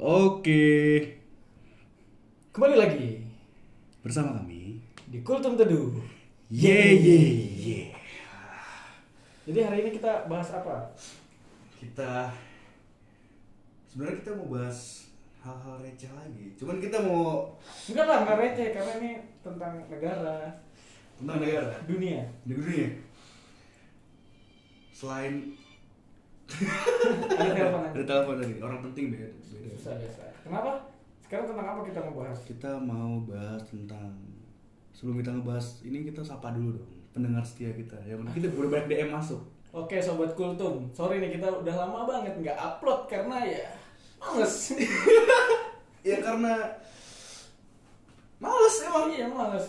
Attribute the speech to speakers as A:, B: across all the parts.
A: Oke,
B: Kembali lagi
A: bersama kami.
B: di Kultum Teduh.
A: Ye ye ye.
B: Jadi hari ini kita bahas apa?
A: Kita sebenarnya kita mau bahas hal-hal receh lagi. Cuman kita mau
B: Enggak lah, enggak receh karena ini tentang negara,
A: tentang negara
B: dunia.
A: di dunia. Selain
B: Ada telepon aja.
A: ada telepon dari orang penting beda. beda.
B: Susah biasa. Kenapa? Sekarang tentang apa kita mau bahas?
A: Kita mau bahas tentang sebelum kita ngebahas ini kita sapa dulu dong pendengar setia kita. Yang mana kita udah banyak DM masuk.
B: Oke sobat Kultum, sorry nih kita udah lama banget nggak upload karena ya males.
A: Ya karena males emang.
B: Iya males.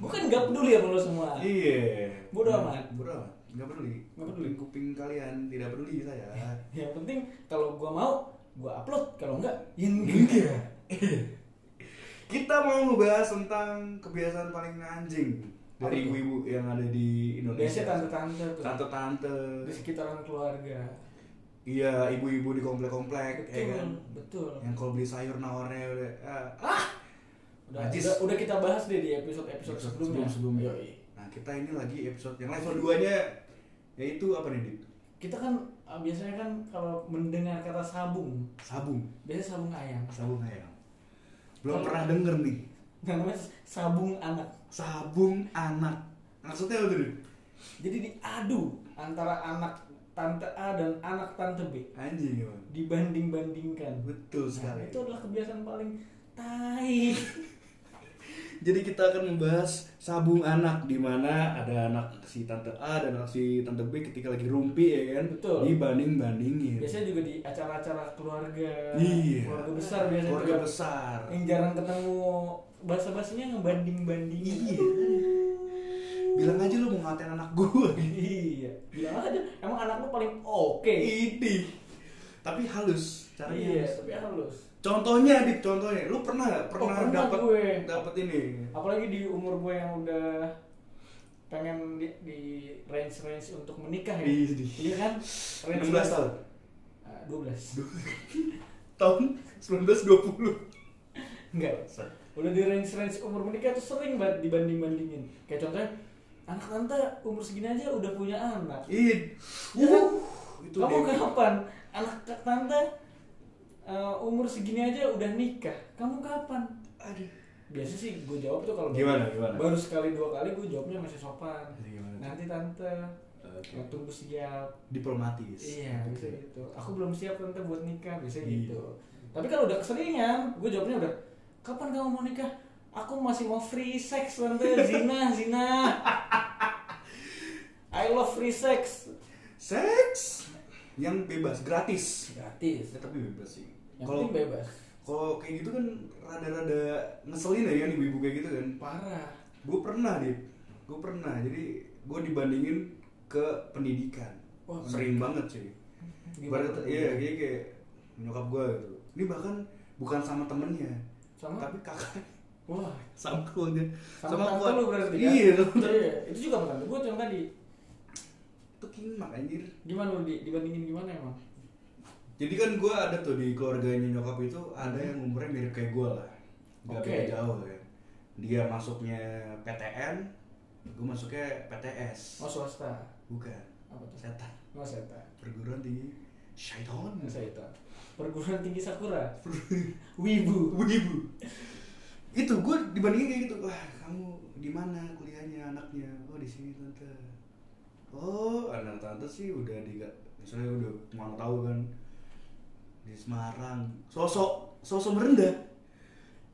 B: Bukan nggak peduli sama lo semua.
A: Iya.
B: Bodo amat.
A: Bodo amat. Nggak peduli.
B: Nggak peduli.
A: Kuping kalian tidak peduli saya.
B: Yang penting kalau gua mau, gua upload. Kalau enggak,
A: Iya.
B: ya enggak.
A: Kita mau ngebahas tentang kebiasaan paling anjing
B: Apa
A: dari
B: tuh?
A: ibu-ibu yang ada di Indonesia.
B: Biasanya tante-tante tuh.
A: Tante-tante.
B: Di sekitaran keluarga.
A: Iya, ibu-ibu di komplek-komplek,
B: Betul,
A: ya kan?
B: betul.
A: Yang kalau beli sayur nawarnya udah ah, ah!
B: Udah,
A: Najis.
B: udah, udah kita bahas deh di episode-episode
A: Episode
B: sebelumnya.
A: sebelum-sebelumnya.
B: Yoi.
A: Nah, kita ini lagi episode yang level 2-nya yaitu apa nih, Dit?
B: Kita kan ah, biasanya kan kalau mendengar kata sabung,
A: Sabung.
B: biasanya sabung ayam.
A: Sabung ayam. Belum
B: Kalau-
A: pernah denger nih.
B: Namanya sabung anak.
A: Sabung anak. Maksudnya apa tuh? Dit?
B: Jadi diadu antara anak tante A dan anak tante B
A: Anjing emang.
B: dibanding-bandingkan.
A: Betul sekali.
B: Nah, itu adalah kebiasaan paling tai.
A: Jadi kita akan membahas sabung anak di mana ada anak si tante A dan anak si tante B ketika lagi rumpi ya kan.
B: Betul.
A: Dibanding bandingin.
B: Biasanya juga di acara-acara keluarga,
A: Iya.
B: keluarga besar biasanya.
A: Keluarga
B: juga.
A: besar.
B: Yang jarang ketemu bahasa-bahasanya ngebanding-bandingin.
A: Iya. Bilang aja lu mau ngatain anak gue.
B: Iya, bilang aja emang anak lu paling oke.
A: Ini. Tapi halus caranya.
B: Iya,
A: halus.
B: tapi halus. Oh,
A: Contohnya Dit, contohnya. Lu pernah nggak? pernah,
B: pernah
A: dapat
B: gue.
A: dapat ini?
B: Apalagi di umur gue yang udah pengen di, di range range untuk menikah ya.
A: Iya, di-
B: Iya kan?
A: 16 tahun.
B: Ah, 12.
A: Tahun 1920.
B: Enggak. Udah di range range umur menikah tuh sering banget dibanding-bandingin. Kayak contohnya anak tante umur segini aja udah punya anak.
A: Id.
B: Ya kan?
A: Iya. Uh, itu
B: Kamu
A: epic.
B: kapan? Anak tante eh, umur segini aja udah nikah. Kamu kapan?
A: Aduh.
B: biasa sih gue jawab tuh kalau
A: Gimana,
B: baru,
A: gimana?
B: baru sekali dua kali gue jawabnya masih sopan
A: Jadi gimana?
B: nanti tante
A: Oke.
B: ya, tunggu siap
A: Diplomatis.
B: iya bisa gitu aku belum siap tante buat nikah biasa
A: Iya.
B: gitu tapi kalau udah keseringan gue jawabnya udah kapan kamu mau nikah aku masih mau free sex tante zina zina I love free sex
A: Seks yang bebas, gratis.
B: gratis
A: Ya, tapi bebas sih.
B: yang
A: Kalau
B: penting bebas
A: kalau kayak gitu kan rada-rada ngeselin ya kan ibu-ibu kayak gitu kan.
B: parah
A: Gue pernah deh. Gue pernah. Jadi gue dibandingin ke pendidikan.
B: Wah,
A: Sering banget sih.
B: Gimana
A: Ibarat-
B: tuh?
A: iya kayak, kayak nyokap gue gitu. Ini bahkan bukan sama temennya,
B: Sama?
A: tapi kakak
B: wah
A: sama keluarga
B: sama, tante
A: keluarga.
B: lu berarti kan?
A: iya sama tante.
B: Iya, itu juga sama tante gue cuma tadi
A: itu kimak anjir
B: gimana lu di, dibandingin gimana emang
A: Jadi kan gue ada tuh di keluarganya nyokap itu ada yang umurnya mirip kayak gue lah, nggak
B: Oke.
A: beda jauh ya. Dia masuknya PTN, gue masuknya PTS.
B: oh swasta
A: Bukan,
B: apa tuh
A: setan.
B: oh seta
A: Perguruan tinggi syaiton.
B: Ini seta perguruan tinggi sakura wibu
A: Ibu. Itu gue dibandingin kayak gitu, wah kamu di mana kuliahnya anaknya? Oh di sini tante. Oh anak tante sih udah di misalnya udah mau tahu kan di Semarang. Sosok sosok merendah.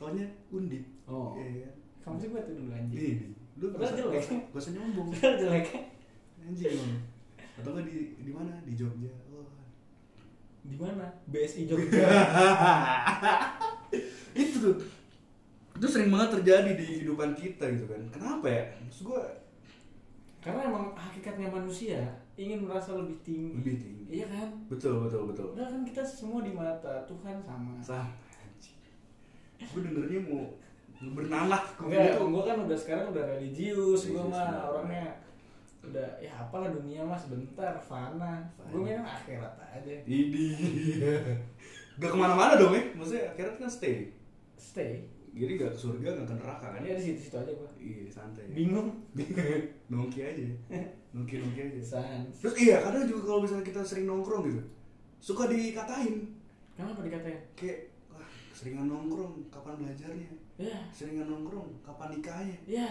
A: Taunya undip.
B: Oh.
A: Iya.
B: kamu sih buat dulu
A: Iya.
B: anjing
A: Lu
B: Padahal jelek.
A: Gue nyombong.
B: Padahal jelek
A: Anjing emang. Atau nggak di di mana? Di Jogja. Oh.
B: di mana BSI Jogja
A: itu tuh itu sering banget terjadi di kehidupan kita gitu kan kenapa ya maksud gue
B: karena emang hakikatnya manusia ingin merasa lebih tinggi
A: Lebih tinggi.
B: iya kan
A: betul betul betul
B: Padahal kan kita semua di mata Tuhan sama
A: sama gue dengernya mau bernanah ke
B: Enggak,
A: gitu.
B: gue kan udah sekarang udah religius, gue
A: Religius,
B: mah
A: benar.
B: orangnya udah ya apalah dunia mas bentar fana.
A: Fana.
B: Gue mainan akhirat aja.
A: Idi. gak kemana-mana dong ya maksudnya akhirat kan stay
B: stay
A: jadi gak ke surga gak ke neraka kan
B: ya di situ situ aja gua
A: iya santai
B: bingung
A: nongki aja nongki nongki aja
B: Sans.
A: terus iya kadang juga kalau misalnya kita sering nongkrong gitu suka dikatain
B: kenapa dikatain
A: kayak wah seringan nongkrong kapan belajarnya
B: ya
A: seringan nongkrong kapan nikahnya
B: ya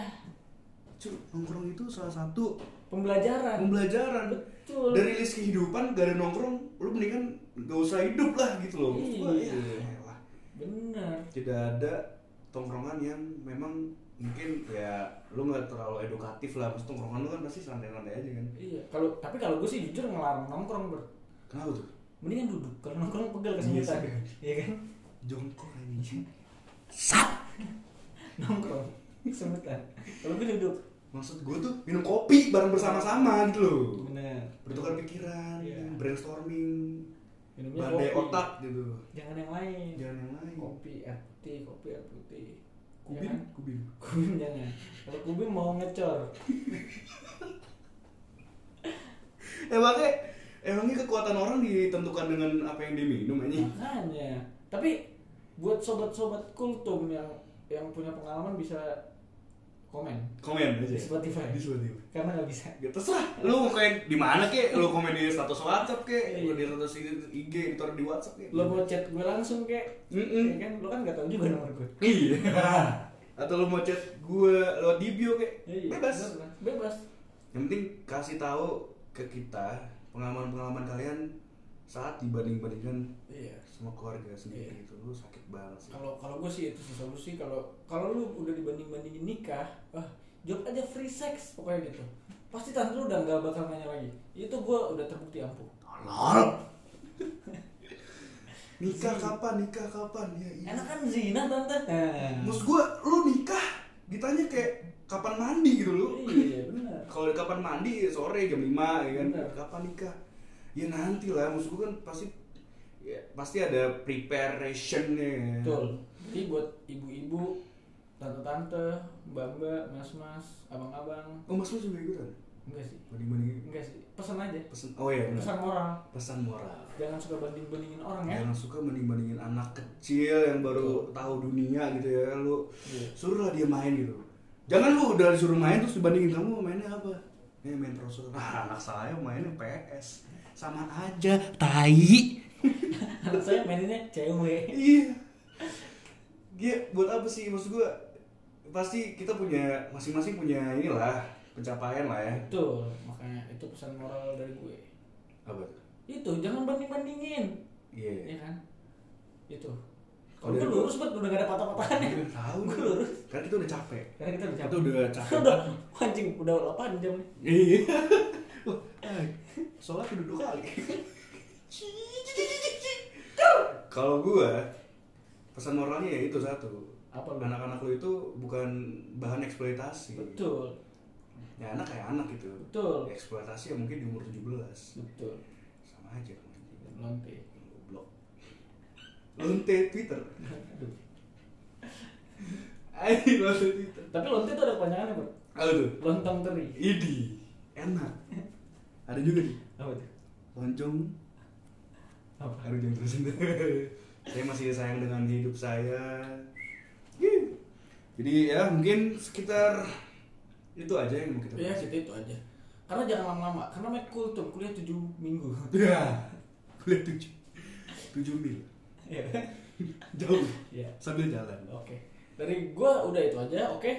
A: Cuk, nongkrong itu salah satu
B: pembelajaran
A: pembelajaran
B: Betul.
A: dari list kehidupan gak ada nongkrong lu mendingan gak usah hidup lah gitu loh Maksud gua,
B: Iya.
A: ya elah.
B: bener
A: tidak ada tongkrongan yang memang mungkin ya lu nggak terlalu edukatif lah Maksud tongkrongan lu kan pasti santai-santai aja kan
B: iya kalau tapi kalau gue sih jujur ngelarang nongkrong ber
A: kenapa tuh
B: mendingan duduk kalau nongkrong pegel
A: Iya
B: kesemutan
A: sih.
B: iya kan
A: jongkok anjing
B: nongkrong kesemutan kalau gue duduk
A: maksud gue tuh minum kopi bareng bersama-sama gitu loh
B: bener
A: bertukar pikiran
B: Iya.
A: brainstorming
B: minumnya
A: badai
B: kopi.
A: otak gitu
B: jangan yang lain
A: jangan yang lain
B: kopi Iya kan? air putih kopi air putih
A: kubin
B: Jangan.
A: kubin
B: kubin jangan kalau kubin mau ngecor
A: emangnya emangnya kekuatan orang ditentukan dengan apa yang diminum anjing
B: makanya tapi buat sobat-sobat kultum yang yang punya pengalaman bisa komen
A: komen aja
B: Di Spotify.
A: di Spotify
B: karena nggak bisa
A: ya terserah lu kayak di mana kek lu komen di status WhatsApp kek
B: Iya.
A: lu di status IG ntar di WhatsApp kek
B: lo mau chat gue langsung kek
A: Iya. Mm-mm.
B: ya kan lo kan nggak tahu juga nomor gue
A: iya atau lu mau chat gue lewat di bio kek
B: Iya,
A: bebas
B: bener, bebas
A: yang penting kasih tahu ke kita pengalaman-pengalaman kalian saat dibanding-bandingkan
B: iya
A: sama keluarga sendiri
B: Iya.
A: itu lu sakit banget sih
B: kalau kalau gue sih itu sih solusi kalau kalau lu udah dibanding bandingin nikah ah job aja free sex pokoknya gitu pasti tante lu udah nggak bakal nanya lagi itu gue udah terbukti ampuh
A: tolol nikah kapan nikah kapan ya iya
B: enak kan zina tante nah.
A: maksud gue lu nikah ditanya kayak kapan mandi gitu lu
B: iya benar
A: kalau kapan mandi ya sore jam 5 ya kan
B: Bener.
A: kapan nikah ya nanti lah maksud gue kan pasti ya, pasti ada preparationnya
B: betul jadi buat ibu-ibu tante-tante mbak-mbak mas-mas abang-abang
A: oh mas lu juga ikutan
B: enggak sih
A: banding bandingin
B: enggak sih pesan aja
A: pesan oh ya benar
B: pesan moral
A: pesan moral
B: jangan suka banding bandingin orang ya
A: Jangan suka banding-bandingin anak kecil yang baru tahu dunia gitu ya lu
B: Iya.
A: suruhlah dia main gitu jangan lu udah disuruh main terus dibandingin kamu mainnya apa eh main prosotan ah anak saya mainnya PS sama aja tai
B: anak saya maininnya cewek
A: iya dia buat apa sih maksud gua pasti kita punya masing-masing punya inilah pencapaian lah ya
B: betul makanya itu pesan moral dari gue
A: apa tuh?
B: itu jangan banding bandingin
A: iya
B: ya kan itu
A: Kalau
B: kalau gue
A: dari
B: lurus bet udah gak ada patah-patahannya
A: Gua tahu
B: gue
A: kan.
B: lurus
A: karena kita udah capek
B: karena kita udah
A: Kita udah capek.
B: udah anjing udah 8 jam nih
A: Iya. Wah, eh, Sholat udah dua kali. Kalau gua pesan moralnya ya itu satu.
B: Apa lu?
A: Anak-anak lo itu bukan bahan eksploitasi.
B: betul
A: Ya anak kayak anak gitu.
B: Betul.
A: Eksploitasi ya mungkin di umur 17.
B: betul
A: Sama aja kamu.
B: nanti
A: Goblok. Lonte Twitter.
B: Aduh.
A: Ayo lonte Twitter.
B: tapi lonte itu ada kepanjangannya bro
A: Apa tuh?
B: lontong teri
A: Idi. Enak. Ada juga nih.
B: apa tuh
A: Loncong
B: apa
A: Aduh jangan terusin Saya masih sayang dengan hidup saya Yuh. Jadi ya mungkin sekitar itu aja yang mau kita
B: ya kita itu aja karena jangan lama-lama karena main kultum kuliah 7 minggu
A: Ya Kuliah tujuh Tujuh mil
B: ya
A: Jauh
B: Iya.
A: Sambil jalan
B: Oke. Dari gua udah itu aja, oke.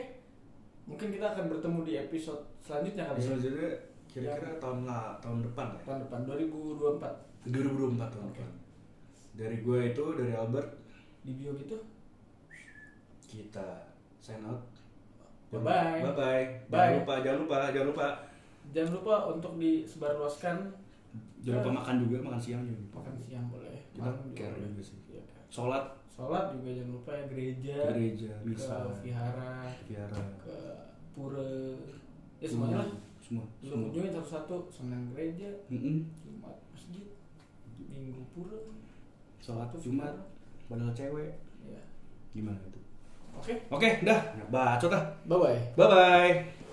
B: Mungkin kita akan bertemu di episode selanjutnya kali ya.
A: Selanjutnya kira-kira tahun lah tahun depan lah ya.
B: Iya. Tahun depan 2024
A: 2024 tahun
B: Oke.
A: depan Dari gue itu dari Albert
B: di bio gitu.
A: Kita sign out Bye
B: Bye-bye.
A: bye Jangan
B: Bye.
A: lupa jangan lupa jangan lupa
B: Jangan lupa untuk disebarluaskan
A: Jangan lupa makan juga makan siang juga
B: makan siang boleh.
A: Kita
B: Malam
A: care
B: boleh.
A: juga sih.
B: Iya, care.
A: Sholat
B: Sholat juga jangan lupa ya gereja,
A: gereja
B: ke
A: misa
B: vihara,
A: biara
B: ke pura, ya semuanya lah.
A: Iya, semua
B: Lu
A: semua
B: kunjungin satu-satu, Senin gereja,
A: Mm-mm.
B: Jumat masjid, Minggu pura,
A: sholat
B: Sabtu
A: jumat
B: vihara.
A: padahal cewek
B: Ya.
A: gimana itu
B: Oke,
A: oke dah bacot dah
B: bye bye.
A: bye bye